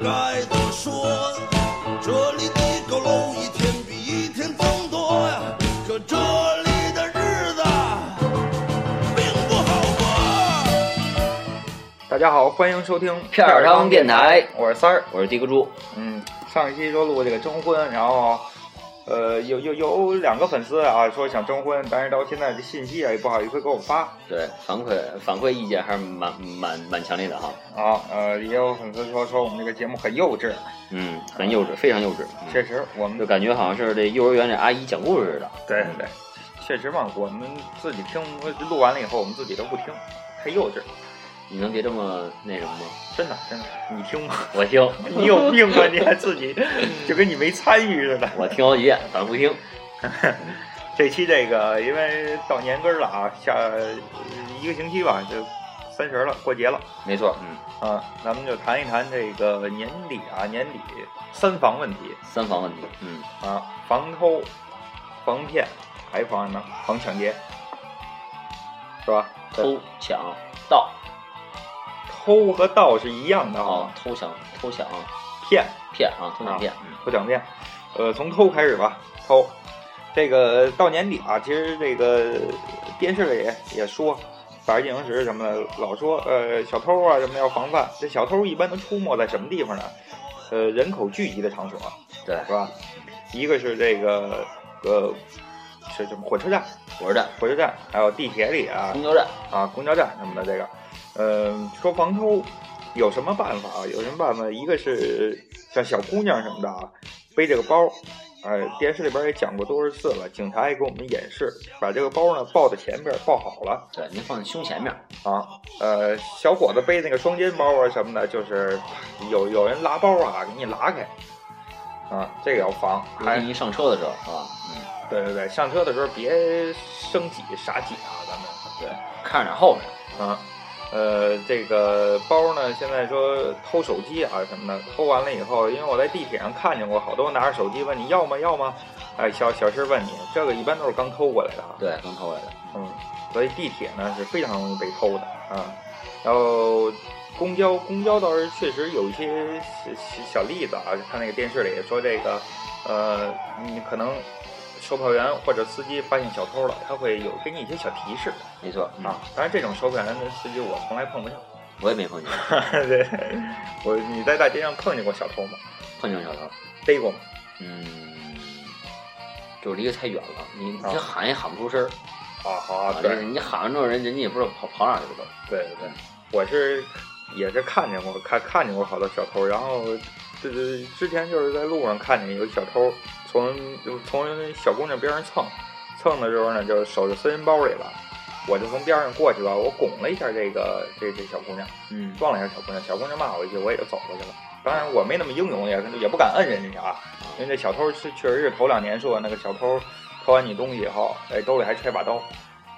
该的说，这里的佝偻一天比一天增多呀，可这里的日子并不好过。大家好，欢迎收听片儿汤电台，我是三儿。我是迪克猪，嗯，上一期说录这个征婚，然后呃有有有两个粉丝啊说想征婚，但是到现在这信息啊也不好意思给我发对反馈反馈意见还是蛮蛮蛮强烈的哈，啊。呃，也有粉丝说说我们这个节目很幼稚，嗯，很幼稚，非常幼稚，确嗯、实我就们感觉好像是这幼儿园这阿姨讲故事似的，对对，确实嘛，我们自己听录完了以后，我们自己都不听，太幼稚，你能别这么那什么吗？真的真的。你听吗？ 我听，你有病吧？你还自己就跟你没参与似的。我听好几遍，反复听，这期这个因为到年根儿了啊，下呃一个星期吧，就三十了，过节了没错，嗯，啊，咱们就谈一谈这个年底啊，年底三防问题三防问题，嗯，啊，防偷、防骗，还防什么？防抢劫，是吧？偷抢盗偷和盗是一样的啊啊，，偷抢偷抢骗骗啊，偷抢骗，嗯不讲骗，呃，从偷开始吧，偷。这个到年底啊，其实这个电视里也也说，法制进行时什么的，老说呃小偷啊什么要防范。这小偷一般都出没在什么地方呢？呃，人口聚集的场所对，是吧？一个是这个呃是什么火车站、火车站、火车站，还有地铁里啊公交站，啊公交站什么的这个，呃，说防偷有什么办法啊？有什么办法？一个是像小姑娘什么的啊，背这个包，呃，电视里边也讲过多少次了，警察也给我们演示，把这个包呢抱在前边，抱好了对，您放在胸前面，啊。呃，小伙子背那个双肩包啊什么的，就是有有人拉包啊，给你拉开。啊，这个要防，尤还其一上车的时候，是吧？嗯，对对对，上车的时候别生挤傻挤啊，咱们对，看着点后面，啊，呃，这个包呢，现在说偷手机啊什么的，偷完了以后，因为我在地铁上看见过好多拿着手机问你要吗要吗，哎，小小师问你，这个一般都是刚偷过来的啊，对，刚偷来的，嗯，所以地铁呢是非常容易被偷的啊，然后。公交，公交倒是确实有一些小小小例子啊，看那个电视里也说这个，呃，你可能售票员或者司机发现小偷了，他会有给你一些小提示，没错，嗯啊，，当然这种售票员的司机我从来碰不上。我也没碰见， 对，我你在大街上碰见过小偷吗？碰见小偷。逮过吗？嗯，就是离得太远了，你你啊喊也喊不出声儿啊，好啊，这对你喊完之后，人人家也不知道跑跑哪去了都。对对对，我是也是看见过，看看见过好多小偷，然后这这之前就是在路上看见有小偷从从小姑娘边上蹭，蹭的时候呢，就手就伸人包里了。我就从边上过去吧，我拱了一下这个这这小姑娘，嗯，撞了一下小姑娘，小姑娘骂我一句，我也就走过去了。当然我没那么英勇，也也不敢摁人家啊，哎因为这小偷是确实是头两年说那个小偷偷完你东西以后，哎，兜里还揣把刀，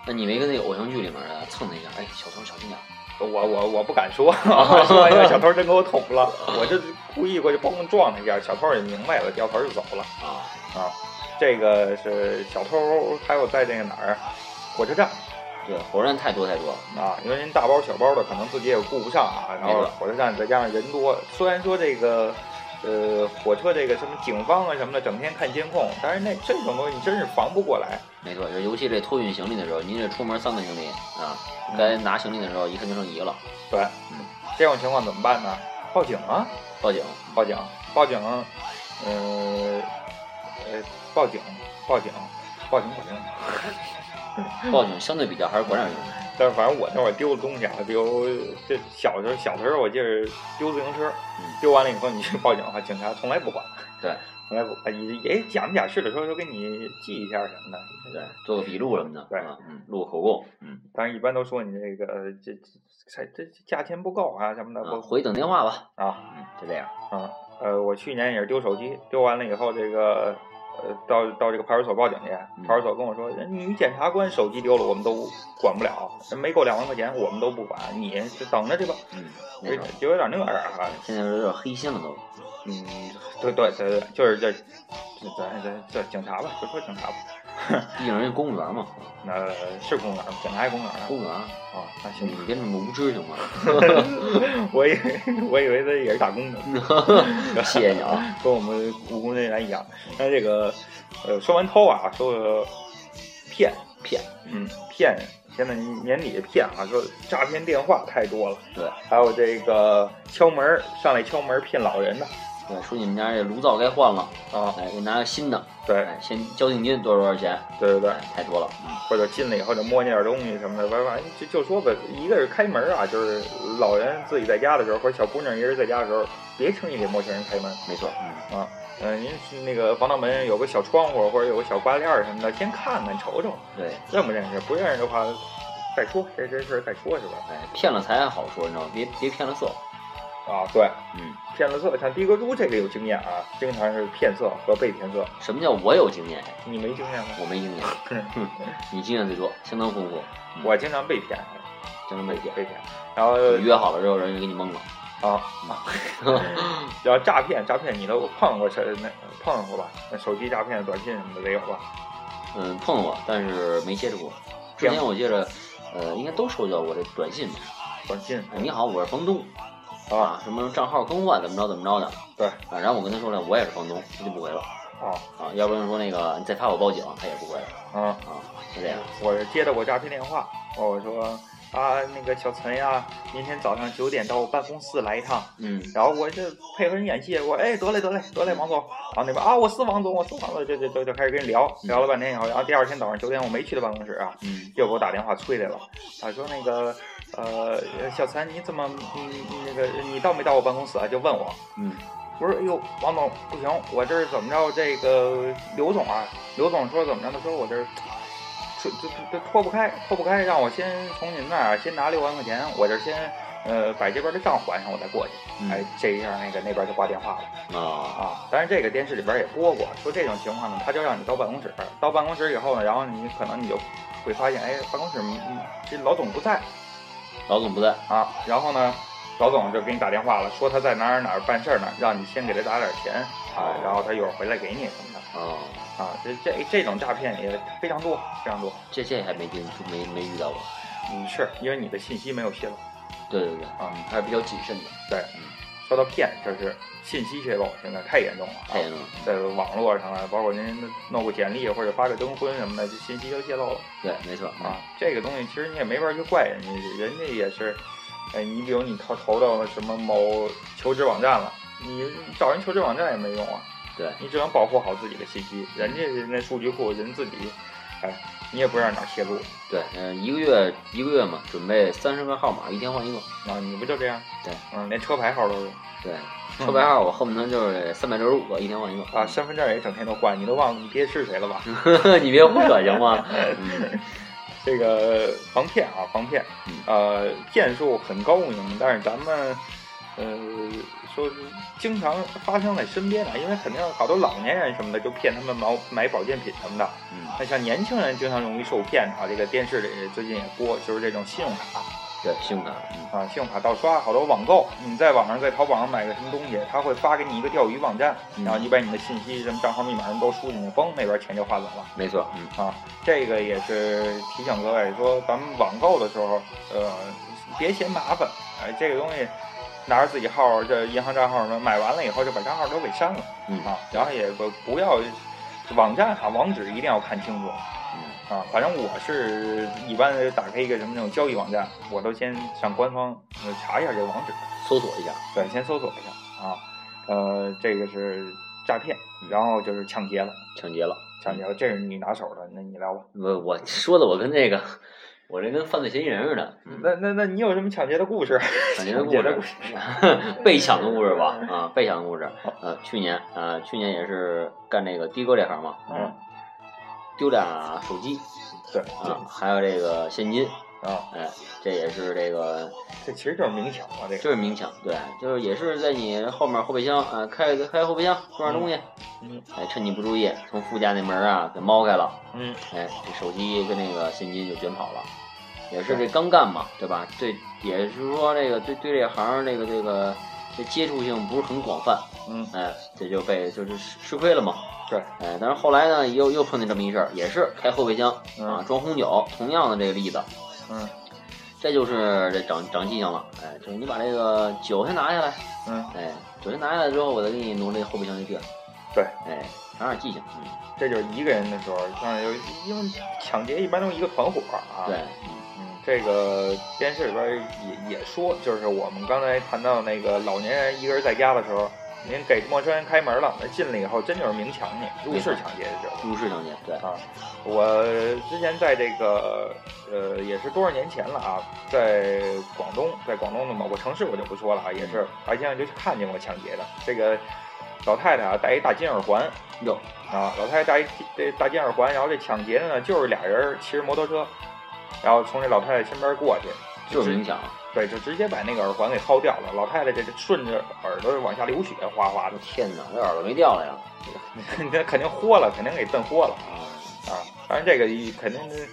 那你没跟那个偶像剧里面的蹭他一下？哎，小偷小心点儿。我我我不敢说， 说完以后小偷真给我捅了，我就故意过去咣撞他一下，小偷也明白了，掉头就走了啊，啊。这个是小偷，还有在那个哪儿，火车站对，火车站太多太多了。啊，因为人大包小包的可能自己也顾不上啊，然后没错火车站再加上人多，虽然说这个呃火车这个什么警方啊什么的整天看监控，但是那这种东西你真是防不过来。没错，就尤其这托运行李的时候，您这出门三个行李啊，嗯该拿行李的时候一看就剩一个了，对，嗯这种情况怎么办呢？报警啊，报警。报警，报警，呃呃，报警，报警，报警，报警。报警相对比较还是管点用。但是反正我那会儿丢的东西啊，比如这小时候小的时候，我记得丢自行车，嗯丢完了以后你去报警的话，警察从来不管。对，从来不管，也也假模假式的说说给你记一下什么的。对，做个笔录什么的，对啊，嗯，录个口供，嗯，但是一般都说你这个呃这这才这这价钱不够啊什么的啊，不回去等电话吧，啊嗯，就这样。啊呃，我去年也是丢手机，丢完了以后这个。呃，到到这个派出所报警去，派出所跟我说，人女检察官手机丢了，我们都管不了，没够两万块钱，我们都不管，你就等着去吧，嗯，没就错，就有点那样啊，现在有点黑心了都。嗯，对对对对，就是这，这咱咱这警察吧，就说警察吧，毕竟人家公务员嘛，那是公园吗，检查还公园啊公务员，啊，那行你吧，别那么无知行吗？ 我以为我以为他也是打工的， 谢谢你啊， 跟我们务工人员一样。那这个，呃，说完偷啊，说个骗，骗，嗯，骗，现在年底骗啊，说诈骗电话太多了，对还有这个敲门儿上来敲门儿骗老人的 对，说你们家这炉灶该换了，啊，哎，给拿个新的，对哎，先交定金多少多少钱，对对对哎，，太多了，嗯，或者进来以后就摸见点东西什么的，完完就就说吧，一个是开门啊，就是老人自己在家的时候，或者小姑娘一个人在家的时候，别轻易给陌生人开门没错，嗯，啊。嗯、您是那个防盗门有个小窗户或者有个小挂链儿什么的，先看看瞅瞅，对，认不认识？不认识的话，再说这这事儿再说是吧？哎，骗了财好说，你知道吗？别别骗了色，啊，对，嗯，骗了色，像的哥猪这个有经验啊，经常是骗色和被骗色。什么叫我有经验呀？你没经验吗？我没经验，你经验最多，相当丰富，我经常被骗，相当没骗。被骗。然后你约好了之后，人家给你蒙了，啊，然后诈骗，诈骗你都碰过手那碰过吧？那手机诈骗、短信什么的得有吧？嗯，碰过，但是没接触过。之前我记着，呃，应该都收到过这短信吧？短信哎你好，我是房东啊，啊，什么账号更换，怎么着怎么着的对啊。然后我跟他说了，我也是房东，他就不回了啊啊。要不然说那个你再发我报警，他也不回了啊！啊，就这样。我是接到过诈骗电话，哦我说啊，那个小陈呀、明天早上九点到我办公室来一趟。嗯，然后我这配合人演戏，我哎得嘞得嘞得嘞，王总。然后那边啊，我是王总，我是王总，就就就就开始跟人聊，聊了半天以后，然后第二天早上九点我没去他办公室啊，嗯，又给我打电话催来了，他说那个呃小陈你怎么嗯那个你到没到我办公室啊？就问我，嗯，我说哎呦王总不行，我这儿怎么着这个刘总啊，刘总说怎么着？他说我这儿这这这脱不开，脱不开，让我先从您那儿先拿六万块钱，我这儿先呃把这边的账还上，我再过去。嗯哎，这样那个那边就挂电话了啊，啊。当然这个电视里边也播过，说这种情况呢，他就让你到办公室，到办公室以后呢，然后你可能你就会发现，哎，办公室嗯这老总不在老总不在，啊，然后呢。老总就给你打电话了，说他在哪儿哪儿办事儿呢，让你先给他打点钱啊，然后他一会儿回来给你什么的啊，啊，这这这种诈骗也非常多，非常多。这这还没经没没遇到过。嗯，是因为你的信息没有泄露。对对对，啊嗯，还是比较谨慎的，对，说到骗，就是信息泄露现在太严重了啊，太严重了。在网络上啊，包括您弄个简历或者发个征婚什么的，这信息就泄露了对，没错啊。这个东西其实你也没法去怪人家，人家也是，哎，你比如你投投到了什么某求职网站了，你找人求职网站也没用啊，对，你只能保护好自己的信息，人家那数据库人自己，哎，你也不知道哪儿泄露，对，嗯、一个月一个月嘛，准备三十个号码，一天换一个。啊，你不就这样？对，嗯嗯，连车牌号都有。对，车牌号我恨不得就是三百六十五个，一天换一个嗯啊，身份证也整天都换，你都忘了你爹是谁了吧？ 你别胡扯 行吗？嗯，这个防骗啊，防骗嗯，呃，骗术很高明，但是咱们，呃，说经常发生在身边啊的，因为肯定好多老年人什么的就骗他们买买保健品什么的。嗯那像年轻人经常容易受骗啊，这个电视里最近也播，就是这种信用卡对，信用卡，嗯，啊，信用卡盗刷，好多网购，你在网上在淘宝上买个什么东西，他会发给你一个钓鱼网站，嗯然后你把你的信息什么账号密码什么都输进去，嘣，那边钱就划走了。没错，嗯，啊，这个也是提醒各位说，咱们网购的时候，呃，别嫌麻烦，哎、这个东西拿着自己号，这银行账号什么，买完了以后就把账号都给删了嗯啊，然后也不不要网站啊，网址一定要看清楚嗯，啊。反正我是一般打开一个什么那种交易网站，我都先上官方呃查一下这个网址，搜索一下，对，先搜索一下啊。呃，这个是诈骗，然后就是抢劫了，抢劫了。抢劫了，这是你拿手的，那你聊吧。我我说的我跟那个，我这跟犯罪嫌疑人似的，嗯那那那你有什么抢劫的故 事？抢劫的故抢劫的故事， 被抢的故事吧，啊，被抢的故事，呃，去年啊，去年也是干这个的哥这行嘛，嗯，丢俩手机对啊，还有这个现金，啊，哎，这也是这个，这其实就是明抢嘛，这就个。是明抢，对，就是也是在你后面后备箱啊、开开后备箱装点东西，嗯哎，趁你不注意，从副驾那门啊给猫开了，嗯哎，这手机跟那个现金就卷跑了，也是这刚干嘛，对吧？对，也是说这个对对这行这个这个这接触性不是很广泛，嗯，哎，这就被就是吃吃亏了嘛。对，哎，但是后来呢，又又碰见这么一事儿，也是开后备箱嗯啊，装红酒，同样的这个例子，嗯这就是这长长记性了，哎，就是你把这个酒先拿下来，嗯，哎，酒先拿下来之后，我再给你挪这个后备箱的地儿，对，哎，长点记性，嗯，这就是一个人的时候，像有因为抢劫一般都是一个团伙啊，对，嗯，这个电视里边也也说，就是我们刚才谈到那个老年人一个人在家的时候，您给陌生人开门了，那进来以后真就是明抢你，入室抢劫这种。嗯，入室抢劫，对，啊，我之前在这个呃，也是多少年前了啊，在广东，在广东的某个城市我就不说了啊，也是白先生就去看见过抢劫的。这个老太太啊，戴一大金耳环哟，啊，老太太戴一这大金耳环，然后这抢劫的呢，就是俩人骑着摩托车，然后从这老太太身边过去，就是直明啊抢，对，就直接把那个耳环给薅掉了。老太太这顺着耳朵往下流血，哗哗的， 天哪，我这耳朵没掉了呀，那肯定豁了，肯定给震豁了。啊，啊，当然这个一肯定是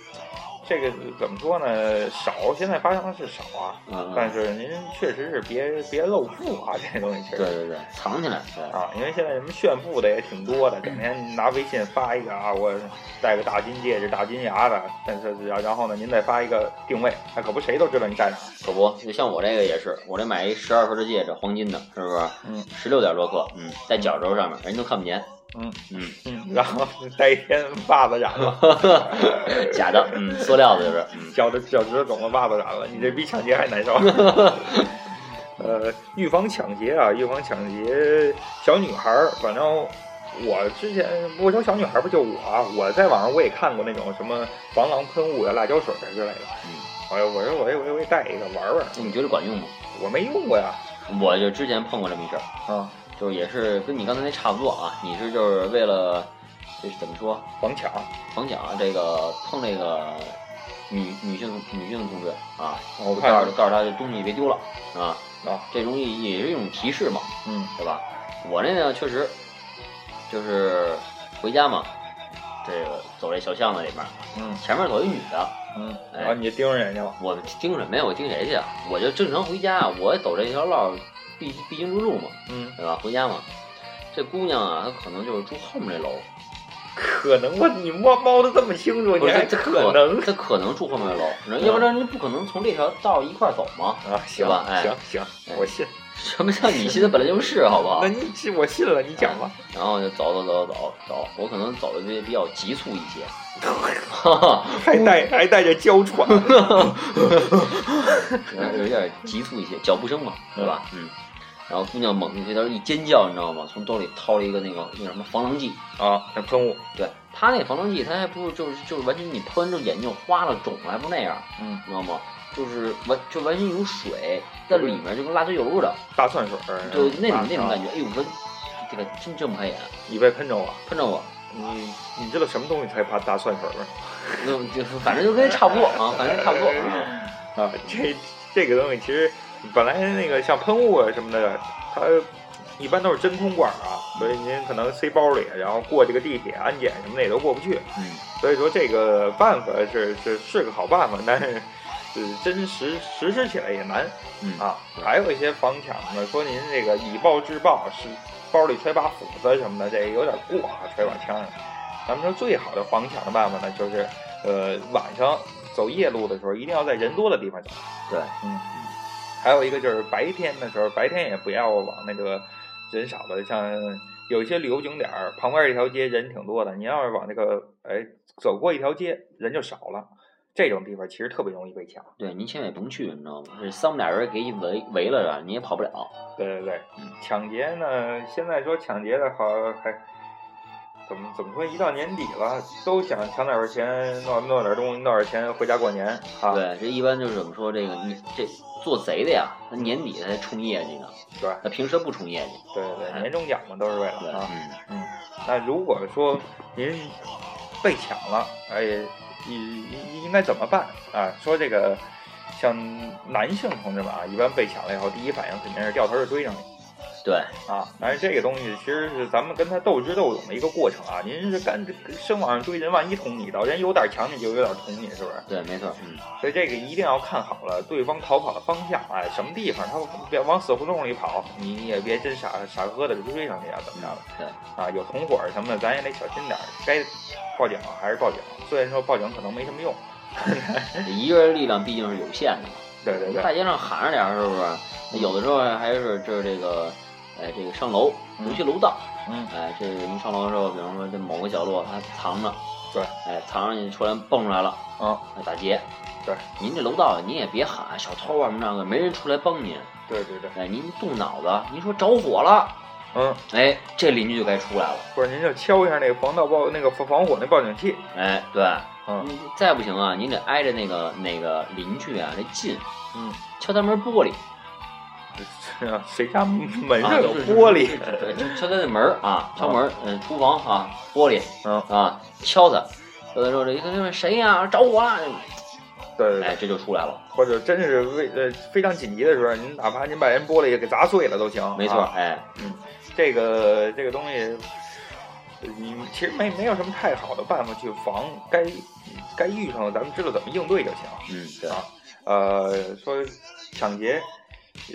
这个怎么说呢？少，现在发生的是少啊，嗯，但嗯是您确实是别别露富啊，这东西确对实。对对，藏起来，对，啊，因为现在什么炫富的也挺多的，整天拿微信发一个啊，我戴个大金戒指、大金牙的，但是然然后呢，您再发一个定位，那可不谁都知道你在哪儿。可不，就像我这个也是，我这买一十二克的戒指，黄金的，是不是？嗯十六点多克，嗯，在脚轴上面，人都看不见，嗯 嗯，嗯，然后戴一天袜子染了，假的，嗯，塑料的就是，嗯，脚的脚趾怎么袜子染了？你这比抢劫还难 受。呃，预防抢劫啊，预防抢劫，小女孩儿，反正我之前不说小女孩儿不就我啊，我在网上我也看过那种什么防狼喷雾呀、辣椒水儿之类的。嗯，哎呦，我说我也我也我也带一个玩玩，那你觉得管用吗？我没用过呀。我就之前碰过这么一事儿，啊，就是也是跟你刚才那差不多啊，你是就是为了这是怎么说防抢，防抢啊，这个碰这个女女性女性同志啊，我就看告诉着告诉她这东西别丢了啊，啊，这东西也是一种提示嘛，嗯对吧？我那呢，确实就是回家嘛，这个走这小巷子里面，嗯前面走一女的，嗯，哎然后你就盯着人家了，我盯什么呀？我盯谁去啊？我就正常回家，啊我走这条道必必经之路嘛，嗯，对吧？回家嘛，这姑娘啊，她可能就是住后面这楼，可能我你摸猫的 这么清楚，不你是还她可能嗯她可能住后面这 楼，人要不然人不可能从这条道一块儿走嘛。啊？行对吧哎行行，哎我信，什么叫你现在本来就是好不好那？你信我信了，你讲吧。然后就走走走走走，我可能走的比比较急促一 些，哈哈。 还带还带着娇喘，然后有点急促一些，脚步声嘛，对吧？嗯。然后姑娘猛地回头一尖叫，你知道吗？从兜里掏了一个那个那个什么防狼剂， 啊，那喷雾，对她那防狼剂，她还不是就是就是完全你喷完之后眼睛就花了肿了，还不是那样，嗯，你知道吗？就是完就完全一种水在里面，就跟辣椒油似的，大蒜水儿，就那种那种感觉。觉。哎呦，我这个真睁不开眼，你被喷着啊？喷着我，嗯你你知道什么东西才怕大蒜水儿吗？那就反正就跟差不多啊，反正差不多。 嗯啊，这这个东西其实本来那个像喷雾啊什么的，它一般都是真空管啊，所以您可能塞包里，然后过这个地铁安检什么的也都过不去。嗯，所以说这个办法是是是个好办法，但是。 呃，真实实施起来也难嗯啊。还有一些防抢的，说您这个以暴制暴，是包里揣把斧子什么的，这有点过啊，揣把枪。咱们说最好的防抢的办法呢，就是呃晚上走夜路的时候，一定要在人多的地方走。对，嗯，还有一个就是白天的时候，白天也不要往那个人少的，像有一些旅游景点儿旁边一条街人挺多的，你要是往那个哎走过一条街人就少了，这种地方其实特别容易被抢。对，您千万也甭去，你知道吗？这三不俩人给你围围了着，你也跑不了。对对对嗯，抢劫呢，现在说抢劫的好还。怎么怎么说？一到年底了，都想抢点儿钱，弄弄点儿东西，弄点儿钱回家过年啊！对，这一般就是怎么说这个你这做贼的呀，他嗯年底他才冲业绩呢，对他平时不冲业绩。对对对，年终奖嘛，都是为哎对，了啊。嗯，嗯，那如果说您被抢了，哎，应应应该怎么办啊？说这个像男性同志们啊，一般被抢了以后，第一反应肯定是掉头就追上去，对，啊，但是这个东西其实是咱们跟他斗智斗勇的一个过程啊。您是敢深往上追人，万一捅你一刀，人有点强你就有点捅你，是不是？对，没错，嗯，所以这个一定要看好了对方逃跑的方向，哎，什么地方他别往死胡同里跑，你你也别真傻傻呵呵的追上去啊，怎么着的对，啊？有同伙什么的，咱也得小心点儿，该报警还是报警。虽然说报警可能没什么用，哎一个人力量毕竟是有限的嘛。对对对大，街上喊着点儿，是不是？那有的时候还是就是这个，哎，这个上楼，嗯尤其楼道，嗯，哎，这个一上楼的时候，比方说这某个角落它藏着，对，哎，藏着你突然蹦出来了，嗯，哎，打劫。对，您这楼道您也别喊小偷啊什么那个，没人出来帮您。对对对，哎，您动脑子，您说着火了，嗯，哎，这邻居就该出来了。或者您就敲一下那个防盗报那个防防火那报警器，哎，对，嗯你再不行啊，您得挨着那个那个邻居啊，那近，嗯，敲他门玻璃，谁家门啊上有就是玻璃？对，敲敲他的门儿啊，敲门儿，嗯，厨房啊，玻璃嗯，啊，敲他。有的时候这一看谁呀、着火了， 对对对哎，。这就出来了，或者真是为呃非常紧急的时候，您哪怕您把人玻璃给砸碎了都行。没错，啊哎，这个这个东西，呃你其实没没有什么太好的办法去防，该该遇上了咱们知道怎么应对就行。嗯，对，啊呃，说抢劫，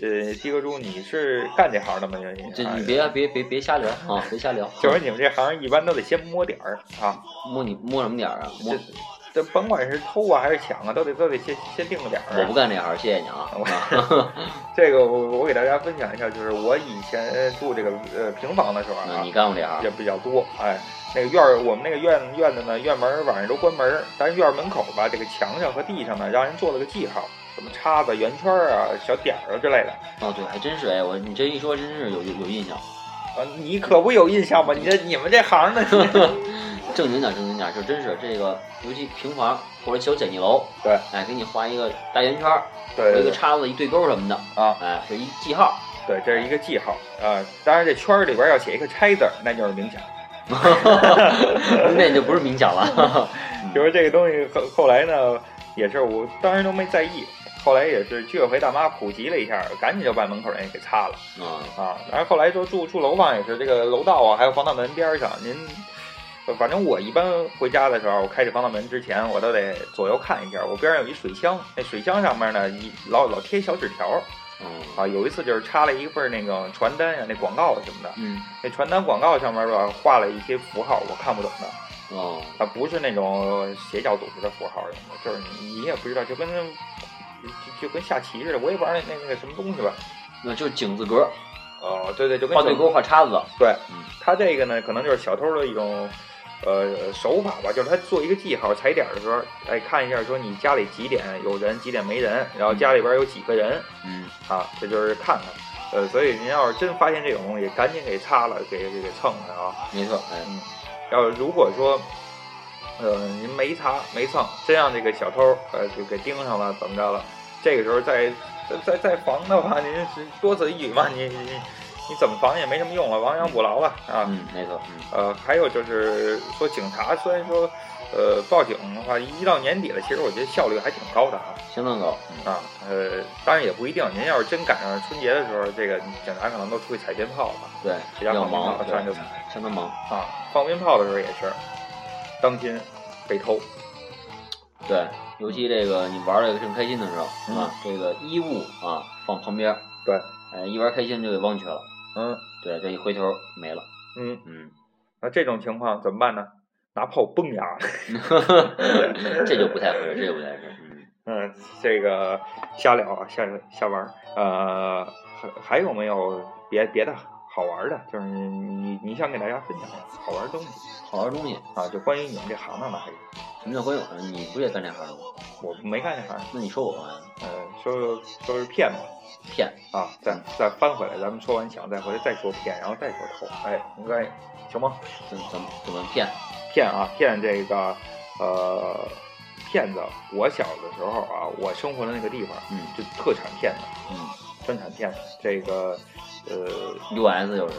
呃，的哥猪你是干这行的吗？你这你别别别别瞎聊啊，别瞎聊，哎就是你们这行一般都得先摸点儿啊，摸你摸什么点儿啊？摸这这甭管是偷啊还是抢啊，都得都得先先定个点儿。我不干这行，谢谢你啊。这个我我给大家分享一下，就是我以前住这个呃平房的时候那啊嗯你，干过这行也比较多。哎，那个院儿，我们那个院院子呢，院门儿晚上都关门儿，但是院门口吧，这个墙上和地上呢，让人做了个记号，什么叉子、圆圈儿啊、小点儿啊之类的。哦，对，还真是哎，我你这一说，真是有有有印象。啊，你可不有印象吗？你这你们这行的，正经点，正经点，就真是这个，尤其平房或者小简易楼，对，哎，给你画一个大圆圈儿，对有对一个对叉子，一对勾什么的，啊，哎，是一记号。对，这是一个记号啊。当然，这圈儿里边要写一个拆字儿，那就是明抢。 那就不是明抢了。 就是这个东西后后来呢，也是我当时都没在意，后来也是居委会大妈普及了一下，赶紧就把门口那给擦了嗯，啊。然后后来说住住楼房也是这个楼道啊，还有防盗门边上，您。呃反正我一般回家的时候，我开这防盗门之前，我都得左右看一下。我边上有一水箱，那水箱上面呢，一老老贴小纸条嗯啊。有一次就是插了一份儿那个传单呀、那广告什么的，嗯，那传单广告上面吧画了一些符号，我看不懂的。哦，啊，不是那种邪教组织的符号什么的，就是你也不知道，就跟就就跟下棋似的，我也不知道那那个什么东西吧。那就是井字格，哦，对对，就跟画对勾，画叉子。对嗯，他这个呢，可能就是小偷的一种呃手法吧，就是他做一个记号踩点儿的时候，哎，看一下说你家里几点有人，几点没人，然后家里边有几个人嗯，啊，这就是看看。呃，所以您要是真发现这种东西，赶紧给擦了，给给给蹭了啊。没错，哎，要如果说，呃，您没擦没蹭，真让这个小偷呃就给盯上了，怎么着了？这个时候再再再防的话，您是多此一举嘛，你你你怎么防也没什么用了，亡羊补牢了啊。嗯，没错，嗯，呃，还有就是说，警察虽然说，呃，报警的话，一到年底了，其实我觉得效率还挺高的啊。相当高。嗯啊，呃，当然也不一定，您要是真赶上春节的时候，这个警察可能都出去踩鞭炮了，对，比谁家较放鞭炮忙，上对就，踩。相当忙。啊，放鞭炮的时候也是，当心被偷。对，尤其这个你玩的正开心的时候嗯啊，这个衣物啊放旁边，对，哎，一玩开心就给忘却了。嗯对，这一回头没了。嗯， 嗯，那这种情况怎么办呢？拿炮崩牙。这就不太合适，这就不太合适。嗯嗯，这个瞎聊啊，瞎瞎玩儿。呃，还还有没有别别的好玩儿的？就是你你你想给大家分享的好玩儿的东西好玩东西，啊？就关于你们这行当的，还有什么叫关友？你不是也干这行的吗？我没干这行，那你说我干嘛呃，说说是骗嘛。骗？啊，再再翻回来，咱们说完抢，再回来再说骗，然后再说偷，哎，应该行吗？怎怎么怎么骗？骗啊骗这个呃骗子。我小的时候啊，我生活的那个地方嗯就特产骗子，嗯专产骗子。这个呃，U S 就是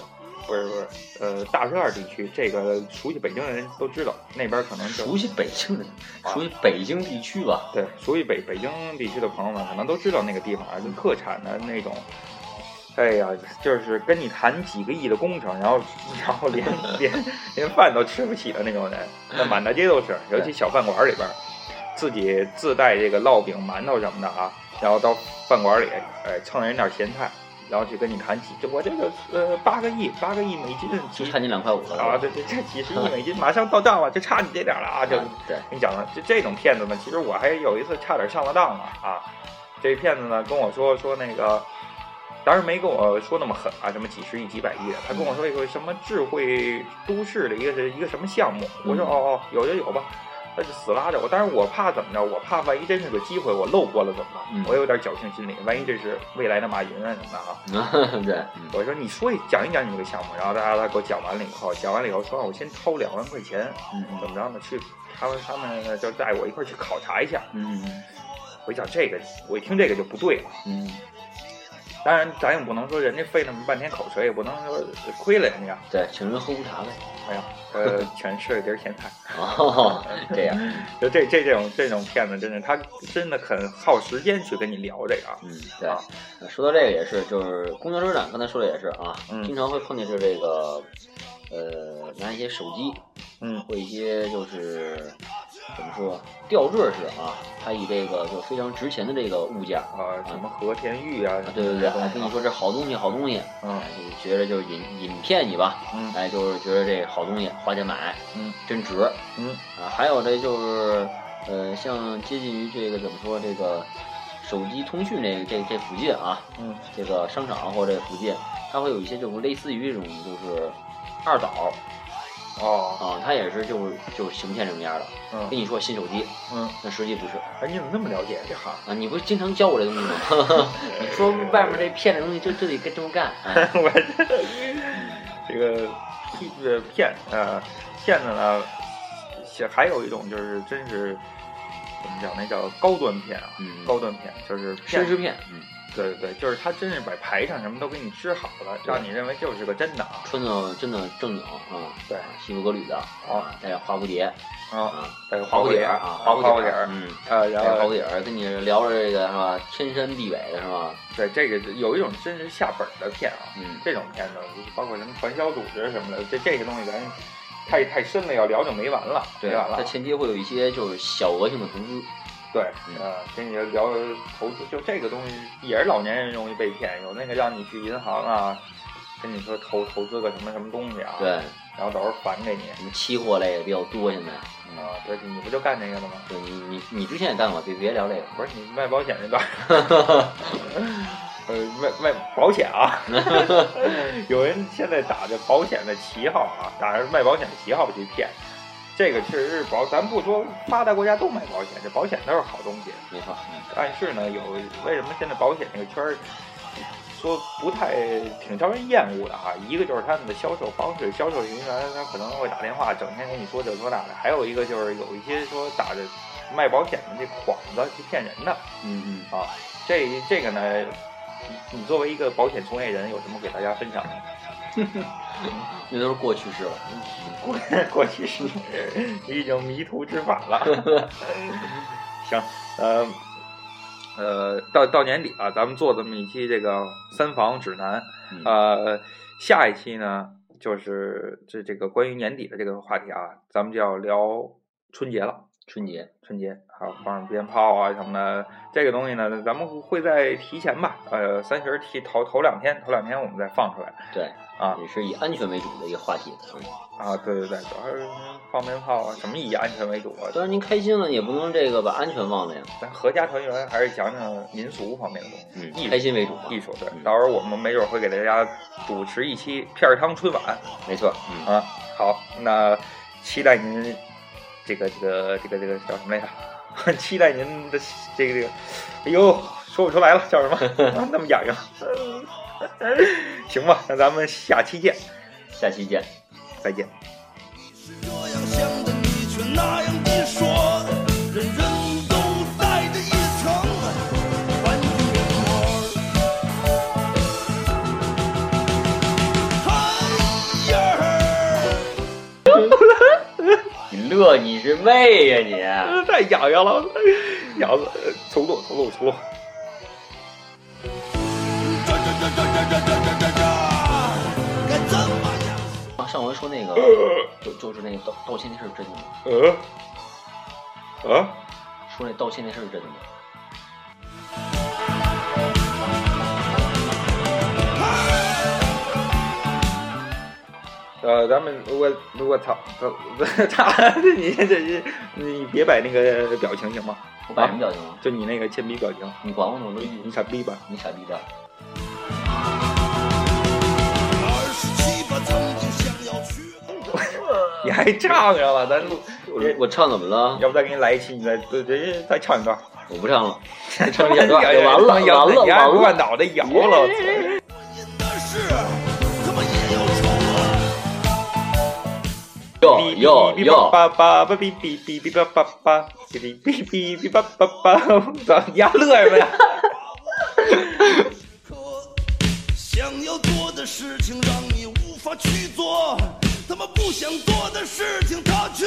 不是不是呃大栅栏地区，这个熟悉北京的人都知道，那边可能就熟悉北京人，啊熟悉北京地区吧？对熟悉北北京地区的朋友们可能都知道那个地方啊，就特产的那种哎呀，就是跟你谈几个亿的工程，然后然后连连连饭都吃不起的那种人，那满大街都是，尤其小饭馆里边儿，自己自带这个烙饼、馒头什么的啊，然后到饭馆里，哎，蹭人点咸菜，然后去跟你谈起，这我这个呃八个亿，八个亿美金，就几差你两块五了。啊，这这这几十亿美金马上到账了，就差你这点儿了啊，就。对， 跟你讲了，就这种骗子呢，其实我还有一次差点上了当了啊！这骗子呢跟我说说那个，当然没跟我说那么狠啊，什么几十亿、几百亿的，他跟我说一个什么智慧都市的一个是一个什么项目，我说嗯哦哦，有就有吧，他就死拉着我，但是我怕怎么着，我怕万一真是个机会，我漏过了怎么嗯办？我有点侥幸心理，万一这是未来的马云啊什么的啊！对，嗯我说你说一讲一讲你这个项目，然后他他给我讲完了以后，讲完了以后说啊我先掏两万块钱，嗯怎么着呢？去他们他们呢就带我一块儿去考察一下。嗯嗯我一想这个，我一听这个就不对了。嗯，当然，咱也不能说人家费那么半天口舌，也不能说亏了人家。对，请人喝壶茶呗。哎呀，呃，全吃了碟儿咸菜。哦， 这样，就这这这种这种骗子，真是他真的很耗时间去跟你聊这个啊。嗯，对。呃说到这个也是，就是公交车站，刚才说的也是啊，嗯经常会碰见就是这个，呃，拿一些手机嗯或一些就是怎么说吊坠儿式的啊，他以这个就非常值钱的这个物件儿。啊，什么和田玉啊，啊，对对对，还什跟么你说这好东西，好东西，嗯哎，就是觉得就是引引骗你吧，嗯哎，就是觉得这好东西花钱买，嗯真值，嗯啊，还有这就是，呃，像接近于这个怎么说这个手机通讯这这这附近啊，嗯这个商场或者这附近，它会有一些这种类似于这种就是二岛哦啊，它也是就是就是行骗这么样的，嗯跟你说新手机，嗯，那实际不是哎，你怎么那么了解这行？啊，你不是经常教我这东西吗？ 你说外面这骗这东西就就得跟这么干，哎我这这个呃骗呃骗子呢，是还有一种就是真是怎么讲，那叫高端骗啊，嗯，高端骗就是骗绅士，骗，嗯，对对对，就是他真是把牌上什么都给你支好了，让你认为就是个真的啊。穿的真的正经啊，对，西服革履的啊，带着花蝴蝶啊，啊，带个花蝴蝴蝶蝶儿啊，花蝴蝶儿儿，嗯。呃，然然后后好儿跟你聊着这个是吧，天山地北的是吧？对这个有一种真是下本儿的骗啊，嗯，这种骗子包括什么传销组织什么的，这这个东西咱太太深了，要聊就没完了，没对，完了它。前期会有一些就是小额性的投资，对，嗯呃，跟你聊投资，就这个东西也是老年人容易被骗，有那个让你去银行啊，跟你说投投资个什么什么东西啊，，对，然后到时候返给你什么期货类的比较多现在。嗯，啊，对，你不就干这个的吗？对你你你之前也干过，别别聊这个。不是你卖保险那段儿，呃，卖卖保险啊，有人现在打着保险的旗号啊，打着卖保险的旗号去骗，这个确实是保，咱不说发达国家都买保险，这保险都是好东西，没错，嗯但是呢，有为什么现在保险这个圈儿说不太挺招人厌恶的哈？一个就是他们的销售方式，销售人员他可能会打电话，整天跟你说这说那的；还有一个就是有一些说打着卖保险的这幌子去骗人的嗯嗯，啊。这这个呢，你你作为一个保险从业人，有什么给大家分享的？啊那都是过去式了。嗯过 过去式，你已经迷途知返了。 行，呃呃，到到年底啊，咱们做这么一期这个三防指南，嗯呃，下一期呢就是这这个关于年底的这个话题啊，咱们就要聊春节了。春节，春节还有放上鞭炮啊什么的，这个东西呢，咱们会在提前吧，呃，三十儿提头头两天，头两天我们再放出来对，啊。也是以安全为主的一个话题。嗯啊，对对对，主要是放鞭炮啊，什么以安全为主啊，当然您开心了，也不能这个把安全忘了呀。咱合家团圆还是讲讲民俗方面的东西，嗯艺，术开心为主嘛。艺术对嗯，到时候我们没准会给大家主持一期片儿汤春晚没错，嗯，啊。好，那期待您这个这个这个这个叫什么来着？ 期待您的这个这个，哎呦，说不出来了，叫什么？ 啊那么痒痒，行吧，那咱们下期见，嗯下期见。再见。 是这样想的，你却那样的说，人人都带着一层半面膜。哎呀儿！你乐你是妹呀你。太痒痒了，呃痒死！重录，重录，重录。这这这这这这这上回说那个，就就是那个道道歉那事儿是真的吗？ 呃，啊，说那道歉那事儿是真的吗？呃，咱们我我操，他 他你这这你别摆那个表情行吗？我摆什么表情了？就你那个铅笔表情，你管我呢？我都你傻逼吧？你傻逼的！二十七八曾经想要去。你还唱着吧？咱录，我我唱怎么了？要不再给你来一期，你再再再唱一段。我不唱了，唱一 小段就完了，完摇了，完你了把。脑袋摇了，我操因的事，他妈也有丑恶。哟哟哟！叭叭叭哔哔哔哔叭叭叭，哔哔哔哔哔叭叭叭， 咋呀乐什么呀？可想要做的事情让你无法去做，他妈不想做的事情他却